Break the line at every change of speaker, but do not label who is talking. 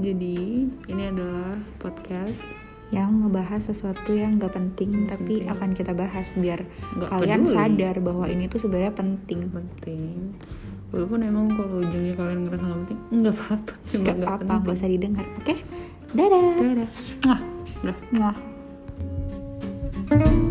Jadi ini adalah podcast
yang ngebahas sesuatu yang nggak penting
Nggak
tapi
penting.
akan kita bahas biar
nggak
kalian
peduli.
sadar bahwa ini tuh sebenarnya penting.
penting. Walaupun emang kalau ujungnya kalian ngerasa nggak penting, nggak apa-apa. Emang
Gak
nggak
apa-apa,
penting. Hmm.
gak usah didengar. Oke, dadah.
Dadah. Nah, udah.
Muah.